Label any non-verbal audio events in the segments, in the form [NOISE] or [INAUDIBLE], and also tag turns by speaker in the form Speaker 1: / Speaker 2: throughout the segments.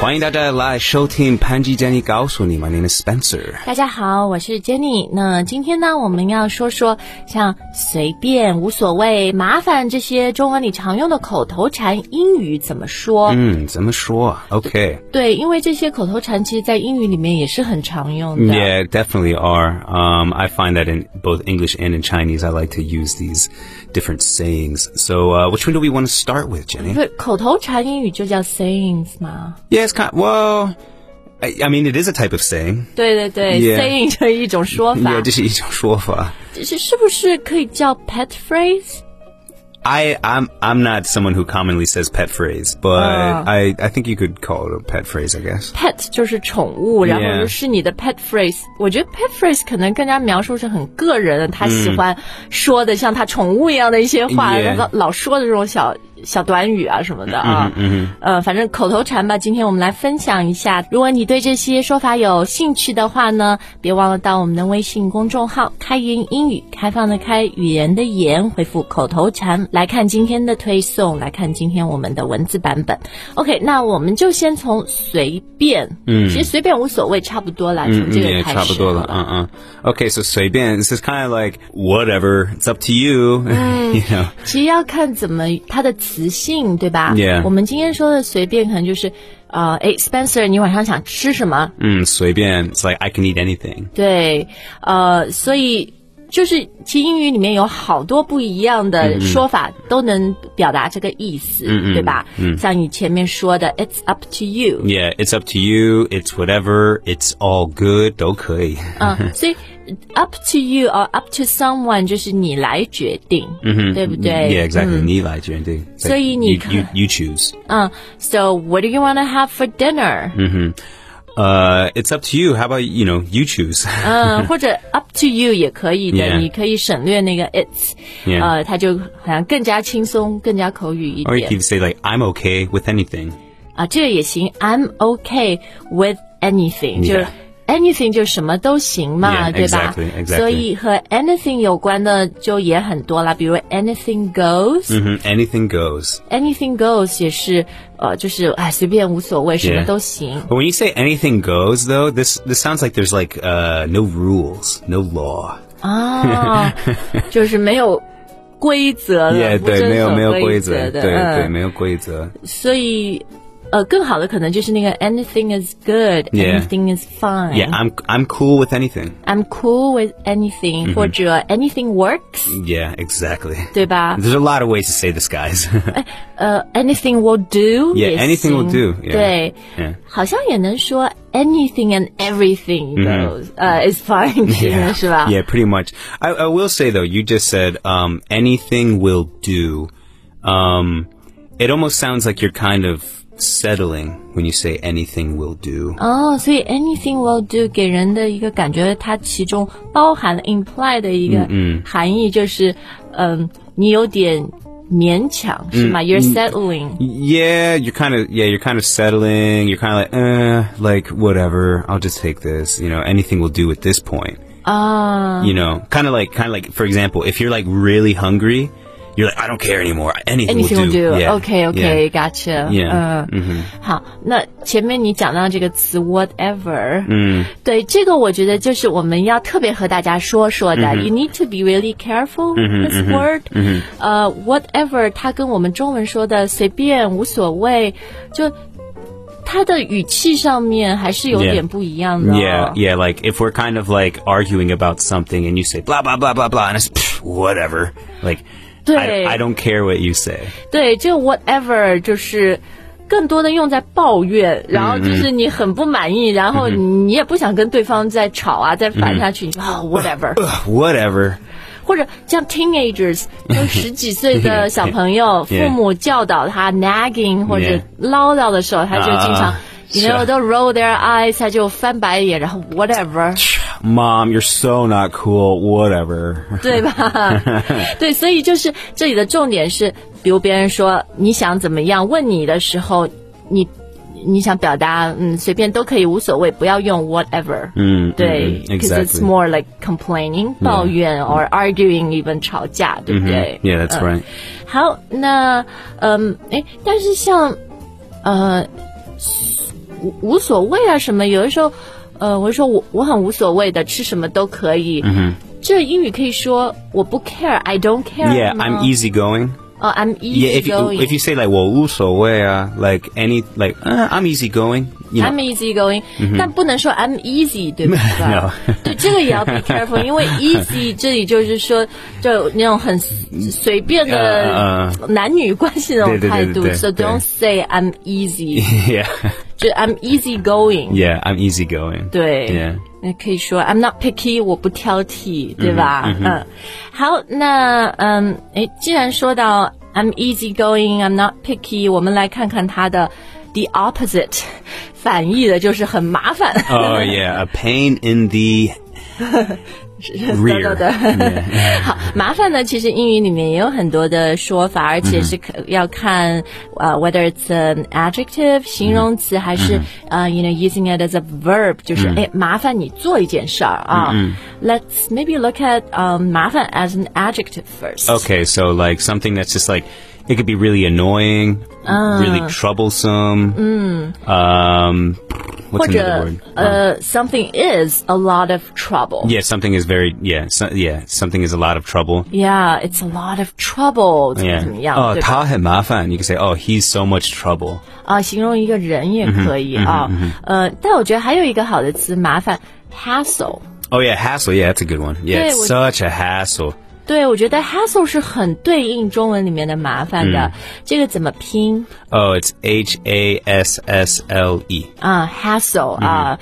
Speaker 1: 欢迎大家来收听潘吉 Jenny 告诉你，My name is Spencer。
Speaker 2: 大家好，我是 Jenny。那今天呢，我们要说说像随便、无所谓、麻烦这些中文里常用的口头禅，英语怎么说？
Speaker 1: 嗯，怎么说啊？OK，
Speaker 2: 对，因为这些口头禅其实，在英语里面也是很常用的。
Speaker 1: yeah, definitely are. Um, I find that in both English and in Chinese, I like to use these different sayings. So, uh, which one do we want to start with, Jenny?
Speaker 2: 对，口头禅英语就叫 sayings 嘛。
Speaker 1: Yeah, it's kind. Well, I, I mean, it is a type of saying.
Speaker 2: 对对对
Speaker 1: Yeah
Speaker 2: ，saying 这一种说法
Speaker 1: Yeah, 这是一种说法。
Speaker 2: 是是不是可以叫 pet phrase？
Speaker 1: I I'm I'm not someone who commonly says pet phrase, but
Speaker 2: Ah.
Speaker 1: I I think you could call it a pet phrase, I guess.
Speaker 2: pet 就是宠物，然后就是你的 pet phrase。我觉得 pet phrase 可能更加描述是很个人的，他喜欢说的像他宠物一样的一些话，
Speaker 1: Yeah
Speaker 2: 然后老说的这种小小短语啊什么的啊。嗯呃，反正口头禅吧。今天我们来分享一下，如果你对这些说法有兴趣的话呢，别忘了到我们的微信公众号“开言英语”，开放的开，语言的言，回复口头禅来看今天的推送，来看今天我们的文字版本。OK，那我们就先从随便，嗯，其实随便无所谓，差不多啦，从这
Speaker 1: Mm,
Speaker 2: 个
Speaker 1: yeah,
Speaker 2: 开始。啊
Speaker 1: 差不多了，嗯，嗯。Okay, so 随便 this is kind of like whatever. It's up to you. [LAUGHS] you know.
Speaker 2: 其实要看怎么它的词性，对吧
Speaker 1: Yeah
Speaker 2: 我们今天说的随便，可能就是，呃，哎，Spencer，你晚上想吃什么？
Speaker 1: Mm, 随便 it's like I can eat anything.
Speaker 2: 对，呃，所以就是其实英语里面有好多不一样的说法，都能表达这个意思，对吧？像你前面说的，It's up to you，
Speaker 1: Yeah, it's up to you. It's whatever. It's all good. 都可以。
Speaker 2: 嗯、所以 up to you or up to someone 就是你来决定，嗯、对不对
Speaker 1: Yeah, exactly. 你来决定。It's like
Speaker 2: 所以你
Speaker 1: you, you you choose.
Speaker 2: 嗯，So what do you want to have for dinner？嗯
Speaker 1: Uh, it's up to you. How about you know you choose? [LAUGHS]
Speaker 2: 嗯或者 up to you 也可以的
Speaker 1: Yeah
Speaker 2: 你可以省略那个 it's，、
Speaker 1: Yeah 哦
Speaker 2: 呃，它就好像更加轻松、更加口语一
Speaker 1: Or
Speaker 2: 点
Speaker 1: you。can say like I'm okay with anything.
Speaker 2: 啊，这个也行。I'm okay with anything，、就是
Speaker 1: Yeah.
Speaker 2: anything 就什么都行嘛
Speaker 1: Yeah,
Speaker 2: 对吧
Speaker 1: exactly, exactly.
Speaker 2: 所以和 anything 有关的就也很多啦，比如 anything goes，anything、
Speaker 1: hmm Anything goes.
Speaker 2: goes 也是呃，就是哎随便无所谓，什么
Speaker 1: Yeah.
Speaker 2: 都
Speaker 1: [LAUGHS]
Speaker 2: 行。
Speaker 1: But when you say anything goes, though, this this sounds like there's like uh, no rules, no law.
Speaker 2: 啊，就是没有。规则的
Speaker 1: Yeah,
Speaker 2: 不遵守
Speaker 1: 对，
Speaker 2: 规
Speaker 1: 没有没有规则，
Speaker 2: 的，
Speaker 1: Uh.
Speaker 2: 嗯，
Speaker 1: 对对，没有规则。
Speaker 2: 所以，呃，更好的可能就是那个 anything is
Speaker 1: Yeah.
Speaker 2: good，anything is fine，I'm
Speaker 1: Yeah, I'm I'm cool with anything.
Speaker 2: cool with anything，、或
Speaker 1: Mm-hmm。
Speaker 2: 者 anything works，
Speaker 1: Yeah, exactly. [LAUGHS]
Speaker 2: 对吧？
Speaker 1: There's a lot of ways to say this, guys. [LAUGHS]
Speaker 2: 呃、a n y t h i n g will do
Speaker 1: Yeah,
Speaker 2: 也行
Speaker 1: anything will do, yeah.
Speaker 2: 对
Speaker 1: Yeah.
Speaker 2: 好像也能说 anything and everything goes，呃、is fine，其实、
Speaker 1: Mm-hmm。 yeah,
Speaker 2: 是吧
Speaker 1: yeah, pretty much. I, I will say though, you just said um, anything will do. Um, it almost sounds like you're kind of settling when you say anything will do.
Speaker 2: 哦所以 anything will do 给人的一个感觉，它其中包含了 imply 的一个
Speaker 1: Mm-hmm。
Speaker 2: 含义，就是嗯、你有点勉强是吗、y
Speaker 1: Mm-hmm。
Speaker 2: o u r e settling，、
Speaker 1: Yeah, you're kind of yeah, you're kind of settling. You're kind of like, eh, like whatever. I'll just take this. You know, anything will do at this point.
Speaker 2: 啊
Speaker 1: You know, kind of like, kind of like, for example, if you're like really hungry, you're like, I don't care anymore. Anything,
Speaker 2: Anything will do. Uh,
Speaker 1: Yeah,
Speaker 2: OK
Speaker 1: yeah.
Speaker 2: OK, gotcha.
Speaker 1: Yeah. Mm. Mm-hmm.
Speaker 2: 嗯，好，那前面你讲到这个词 whatever，嗯，对，这个我觉得就是我们要特别和大家说说的。You
Speaker 1: Mm-hmm.
Speaker 2: need to be really careful with this word. 呃，whatever，它跟我们中文说的随便、无所谓，就它的语气上面还是有
Speaker 1: Yeah.
Speaker 2: 点不一样的哦。
Speaker 1: Yeah, yeah, like if we're kind of like arguing about something and you say blah, blah, blah, blah, blah, and it's "Pff, whatever. Like, I,
Speaker 2: 对
Speaker 1: I don't care what you say.
Speaker 2: 对，这个 whatever 就是更多的用在抱怨，然后
Speaker 1: 嗯
Speaker 2: 就是你很不满意，然后你也不想跟对方再吵啊，再烦下去，
Speaker 1: 嗯
Speaker 2: 你就啊、whatever，
Speaker 1: Whatever.
Speaker 2: 或者像
Speaker 1: [LAUGHS]
Speaker 2: teenagers 就十几岁的小朋友，父
Speaker 1: Yeah.
Speaker 2: 母教导他 nagging 或者
Speaker 1: Yeah. 啊
Speaker 2: 唠叨的时候，他就经常。你 you
Speaker 1: 是
Speaker 2: know, they'll roll their eyes，他就翻白眼，然后 whatever，
Speaker 1: Mom, you're so not cool. Whatever.
Speaker 2: 对 [LAUGHS] 吧？对，所以就是这里的重点是，比如别人说你想怎么样，问你的时候，你你想表达嗯随便都可以，无所谓，不要用 whatever。嗯，对
Speaker 1: 嗯嗯
Speaker 2: because it's
Speaker 1: Mm, exactly
Speaker 2: more like complaining 抱怨 or arguing even 吵架，对不对
Speaker 1: Mm-hmm. Yeah, that's
Speaker 2: 嗯
Speaker 1: right.
Speaker 2: 好，那嗯，哎，但是像呃，无呃无所谓啊什么，有的时候，呃，我就说我我很无所谓的，吃什么都可以。嗯这英语可以说我不 care，I don't care
Speaker 1: Yeah,
Speaker 2: 吗
Speaker 1: I'm easygoing.
Speaker 2: 哦、i m
Speaker 1: Yeah,
Speaker 2: easy
Speaker 1: if e- you
Speaker 2: going。
Speaker 1: if you say like 我无所谓啊, like any like uh, I'm easygoing, you know. [LAUGHS]
Speaker 2: I'm easy going，、但不能说 I'm easy，对不
Speaker 1: Mm-hmm No
Speaker 2: 对？对，这个也要 be
Speaker 1: [LAUGHS]
Speaker 2: careful，因为 easy 这里就是说，就那种很随便
Speaker 1: 呃
Speaker 2: 的男女关系那
Speaker 1: 对对对
Speaker 2: 种态
Speaker 1: 对
Speaker 2: 度
Speaker 1: 对。
Speaker 2: So
Speaker 1: 对
Speaker 2: don't say I'm easy，
Speaker 1: yeah, [LAUGHS]
Speaker 2: 就 I'm easy going。
Speaker 1: yeah, I'm easygoing.
Speaker 2: [LAUGHS] 对
Speaker 1: Yeah.，
Speaker 2: 那可以说 I'm not picky，我不挑剔，对吧？嗯，好，那嗯，诶，既然说到 I'm easy going，I'm not picky，我们来看看它的 the opposite，反 [LAUGHS] 义的就是很麻烦。
Speaker 1: Oh yeah, a pain in the rear. [LAUGHS]
Speaker 2: 对对对，好，麻烦呢，其实英语里面也有很多的说法，而且是可要看呃、whether it's an adjective 形容词，还是呃、you know using it as a verb，就是哎、麻烦你做一件事儿啊。Let's maybe look at 呃、麻烦 as an adjective first。
Speaker 1: Okay, so like something that's just like it could be really annoying, really
Speaker 2: Ah.
Speaker 1: troublesome.
Speaker 2: Mm.
Speaker 1: Um,
Speaker 2: 或
Speaker 1: what's another
Speaker 2: 者
Speaker 1: word? Um,
Speaker 2: 呃、s o m e t h i n g is a lot of trouble。
Speaker 1: Yeah, something is very yeah so, yeah something is a lot of trouble.
Speaker 2: Yeah, it's a lot of trouble，怎么
Speaker 1: Yeah.
Speaker 2: 怎么样？
Speaker 1: Oh,
Speaker 2: 对吧
Speaker 1: 他很麻烦. You can say, oh, he's so much trouble.
Speaker 2: 啊，形容一个人也可以啊。呃，但我觉得还有一个好的词，麻烦 hassle。
Speaker 1: Oh yeah, hassle. Yeah, that's a good one. Yeah, it's
Speaker 2: 对，我-
Speaker 1: such a hassle.
Speaker 2: 对，我觉得 hassle 是很对应中文里面的麻烦的。
Speaker 1: 嗯
Speaker 2: 这个怎么拼
Speaker 1: Oh, it's H A S S L E.
Speaker 2: 啊？hassle
Speaker 1: 嗯
Speaker 2: 啊，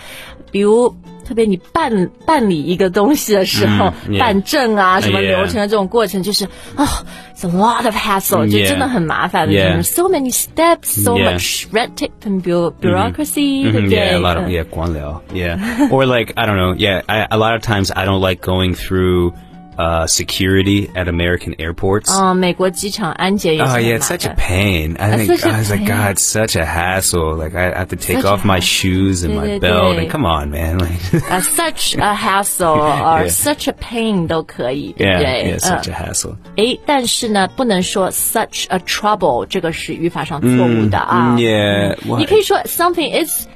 Speaker 2: 比如。特别你办办理一个东西的时候，
Speaker 1: 嗯，yeah
Speaker 2: [LAUGHS] 办证啊，什么
Speaker 1: Yeah
Speaker 2: 流程的这种过程，就是啊、i t s a lot of hassle，就
Speaker 1: 嗯 Yeah
Speaker 2: 真的很麻烦。
Speaker 1: Yeah
Speaker 2: 就是 so many steps，so
Speaker 1: Yeah
Speaker 2: much red tape and bu- bureaucracy，、对 uh,
Speaker 1: Mhm,
Speaker 2: 不对
Speaker 1: yeah, a lot of yeah, Guanliao. Yeah, [LAUGHS] or like I don't know. Yeah, I, a lot of times I don't like going through uh, security at American airports.
Speaker 2: 嗯、美国机场安检也是
Speaker 1: Oh
Speaker 2: 很
Speaker 1: yeah,
Speaker 2: 麻
Speaker 1: it's [LAUGHS]
Speaker 2: 烦。
Speaker 1: such a pain. I think
Speaker 2: such a
Speaker 1: I was like,
Speaker 2: pain.
Speaker 1: God, it's such a hassle. Like I have to take
Speaker 2: Such a
Speaker 1: off my
Speaker 2: hassle.
Speaker 1: shoes and my
Speaker 2: Yeah,
Speaker 1: belt,
Speaker 2: yeah.
Speaker 1: and come on, man. [LAUGHS] Like,
Speaker 2: uh, such a hassle or
Speaker 1: [LAUGHS] Yeah.
Speaker 2: such a pain 都可以，对
Speaker 1: yeah,
Speaker 2: 不
Speaker 1: yeah,
Speaker 2: 对？嗯，
Speaker 1: such a hassle.
Speaker 2: 诶，但是呢，不能说 such a trouble，这个是语法上错误的
Speaker 1: 嗯
Speaker 2: 啊。
Speaker 1: Mm, Yeah,
Speaker 2: 你
Speaker 1: what?
Speaker 2: 可以说 something is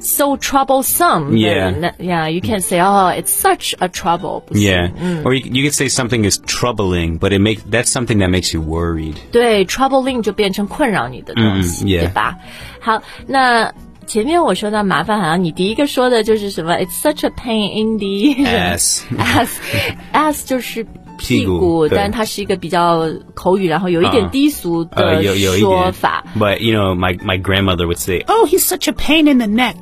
Speaker 2: so troublesome。
Speaker 1: Yeah.
Speaker 2: 那 yeah, you can say oh, it's such a trouble 不行。
Speaker 1: Yeah, or you, you could say something is troubling, but it make that's something that makes you worried.
Speaker 2: 对，troubling 就变成困扰你的东西，
Speaker 1: 嗯嗯，yeah
Speaker 2: 对吧？好，那。前面我说到麻烦，好像你第一个说的就是什么？It's such a pain in the
Speaker 1: Ass. [LAUGHS]
Speaker 2: ass ass 就是
Speaker 1: 屁
Speaker 2: 屁
Speaker 1: 股对
Speaker 2: 但它是一个比较口语，然后有一点
Speaker 1: 嗯
Speaker 2: 低俗的
Speaker 1: 呃，有有一
Speaker 2: 说
Speaker 1: 点
Speaker 2: 法。
Speaker 1: But you know, my my grandmother would say, "Oh, he's such a pain in the neck."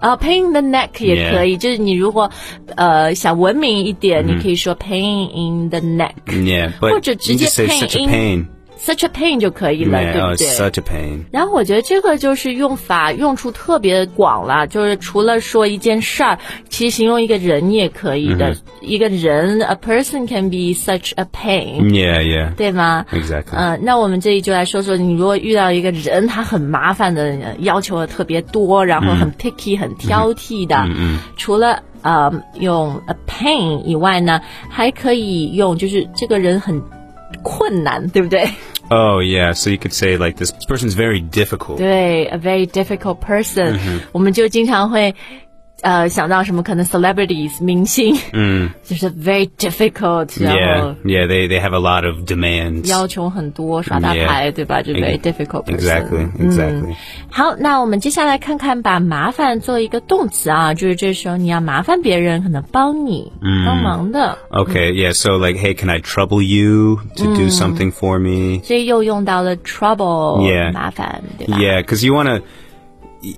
Speaker 2: 啊、p a i n the neck 也
Speaker 1: Yeah 嗯
Speaker 2: 可以就是你如果呃想文明一点，你可以说 pain in the neck，such
Speaker 1: Yeah, but
Speaker 2: 或者直接
Speaker 1: you just say such a
Speaker 2: pain in-
Speaker 1: pain.
Speaker 2: a pain 就可以了
Speaker 1: Yeah,
Speaker 2: 对
Speaker 1: oh,
Speaker 2: 不对
Speaker 1: it's such a pain.
Speaker 2: 然后我觉得这个就是用法用处特别广了，就是除了说一件事儿，其实形容一个人也可以
Speaker 1: 嗯
Speaker 2: 的。一个人，a person can be such a pain，、
Speaker 1: Yeah, yeah,
Speaker 2: 对吗？
Speaker 1: exactly.
Speaker 2: 嗯，那我们这里就来说说，你如果遇到一个人，他很麻烦的人，要求的特别多，然
Speaker 1: 嗯
Speaker 2: 后很 picky、很挑剔的，除了呃用 a pain 以外呢，还可以用就是这个人很困难，对不对？ [LAUGHS]
Speaker 1: oh yeah, so you could say like this person's very difficult.
Speaker 2: 对，a very difficult
Speaker 1: 嗯
Speaker 2: person，、我们就经常会。呃，想到什么可能 celebrities 明星，嗯， [LAUGHS] 就是 very difficult，然后
Speaker 1: Yeah, yeah, they they have a lot of demands.
Speaker 2: 要求很多，耍大
Speaker 1: Yeah
Speaker 2: 牌，对吧？就 very
Speaker 1: Ex-
Speaker 2: difficult person。
Speaker 1: Exactly,
Speaker 2: 嗯
Speaker 1: exactly.
Speaker 2: 好，那我们接下来看看把麻烦做一个动词啊，就是这时候你要麻烦别人，可能帮你、
Speaker 1: 嗯
Speaker 2: 帮忙的，
Speaker 1: Okay, yeah, so like, hey, can I trouble you to do something for me?
Speaker 2: 所以又用到了 trouble
Speaker 1: Yeah
Speaker 2: 麻烦，对吧
Speaker 1: Yeah, because you want to.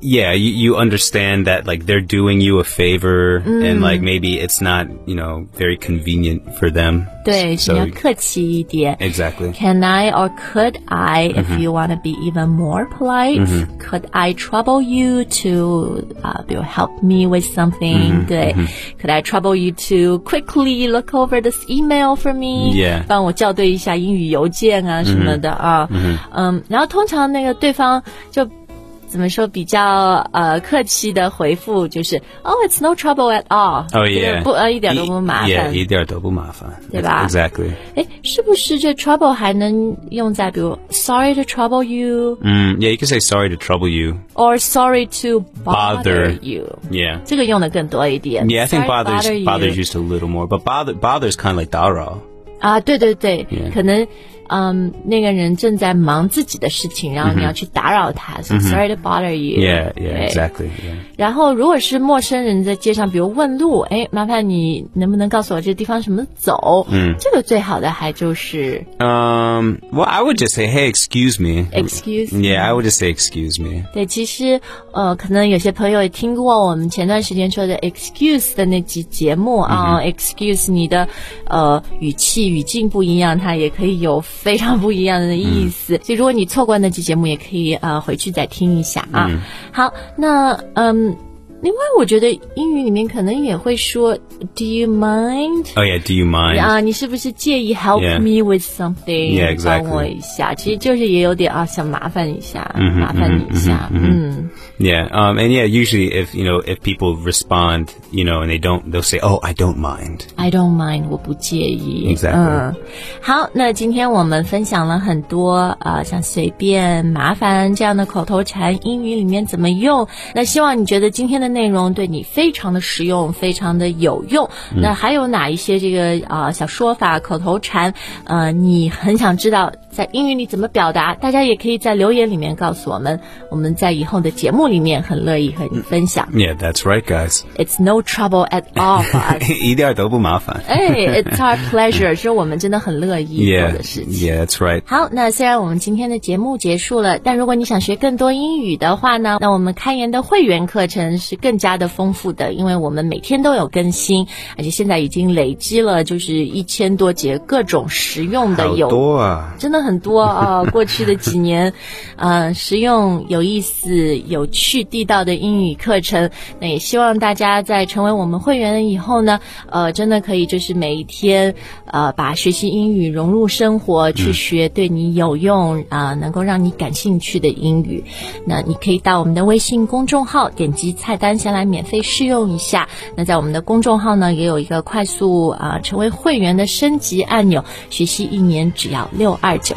Speaker 1: Yeah, you, you understand that like they're doing you a favor,
Speaker 2: Mm.
Speaker 1: and like maybe it's not you know very convenient for them.
Speaker 2: 对，你要
Speaker 1: So
Speaker 2: 客气一点。
Speaker 1: exactly.
Speaker 2: Can I or could I,
Speaker 1: Mm-hmm.
Speaker 2: if you want to be even more polite, could I trouble you to, uh, you help me with
Speaker 1: Mm-hmm.
Speaker 2: something? 对，Could I trouble you to quickly look over this email for me?
Speaker 1: Yeah. Mm-hmm.
Speaker 2: 帮我校对一下英语邮件啊什么的啊。嗯然后通常那个对方就怎么说比较呃客气的回复，就是 Oh, it's no trouble at all。
Speaker 1: Oh
Speaker 2: 这个
Speaker 1: yeah，
Speaker 2: 不呃一点都不麻烦。对吧？
Speaker 1: Exactly.
Speaker 2: 哎，是不是这 trouble 还能用在比如 sorry to trouble you
Speaker 1: Mm, yeah, you can say sorry to trouble you.
Speaker 2: or sorry to bother
Speaker 1: Bother.
Speaker 2: you？
Speaker 1: Yeah.
Speaker 2: 这个用的更多一点。
Speaker 1: Yeah, I think
Speaker 2: Sorry to
Speaker 1: bothers
Speaker 2: bother you
Speaker 1: bothers used a little more, but bother bothers kind of like daro.
Speaker 2: 啊，对对对
Speaker 1: Yeah.
Speaker 2: 可能嗯，那个人正在忙自己的事情，然后你要去打扰他，所以 sorry to bother you。
Speaker 1: Mm-hmm Yeah, yeah,
Speaker 2: 对
Speaker 1: exactly. Yeah.
Speaker 2: 然后如果是陌生人在街上，比如问路，哎，麻烦你能不能告诉我这地方怎么走？
Speaker 1: Mm
Speaker 2: 嗯，这个最好的还就是、
Speaker 1: Um, well, I would just say, hey, excuse me.
Speaker 2: excuse me。
Speaker 1: Yeah, I would just say, excuse me.
Speaker 2: 对，其实呃，可能有些朋友也听过我们前段时间说的 excuse 的那集节目啊、e x c u s e 你的呃语气语境不一样，它也可以有非常不一样的意思。所以如果你错过那期节目，也可以呃回去再听一下啊。好，那嗯。另外，我觉得英语里面可能也会说 "Do you mind？"
Speaker 1: Oh yeah, do you mind?
Speaker 2: 啊，你是不是介意 help
Speaker 1: Yeah.
Speaker 2: me with something？、
Speaker 1: Yeah, exactly.
Speaker 2: 帮我一下，其实就是也有点啊，想麻烦一下，麻烦你一下，嗯
Speaker 1: Yeah, um, and yeah, usually if you know if people respond, you know, and they don't, they'll say, "Oh, I don't mind."
Speaker 2: i don't mind，我不介意。
Speaker 1: Exactly.
Speaker 2: 嗯，好，那今天我们分享了很多呃，像随便、麻烦这样的口头禅，英语里面怎么用？那希望你觉得今天的内容对你非常的实用，非常的有用。那还有哪一些这个啊、呃小说法、口头禅，呃，你很想知道在英语里怎么表达？大家也可以在留言里面告诉我们，我们在以后的节目里面很乐意和你分享。
Speaker 1: Yeah, that's right, guys. [LAUGHS]
Speaker 2: It's no trouble at all for us.
Speaker 1: 一点儿都不麻烦。
Speaker 2: 哎，It's our pleasure，是我们真的很乐意做
Speaker 1: Yeah,
Speaker 2: 的事情。
Speaker 1: yeah, that's right.
Speaker 2: 好，那虽然我们今天的节目结束了，但如果你想学更多英语的话呢，那我们开言的会员课程是更加的丰富的，因为我们每天都有更新，而且现在已经累积了就是一千多节各种实用的有
Speaker 1: 好多啊。
Speaker 2: 真的很多 [LAUGHS] 啊、过去的几年， [LAUGHS] 呃，实用、有意思、有趣、地道的英语课程。那也希望大家在成为我们会员以后呢，呃，真的可以就是每一天，呃，把学习英语融入生活，去学对你有用啊、能够让你感兴趣的英语。那你可以到我们的微信公众号，点击菜单先来免费试用一下。那在我们的公众号呢，也有一个快速啊、成为会员的升级按钮，学习一年只要六二九，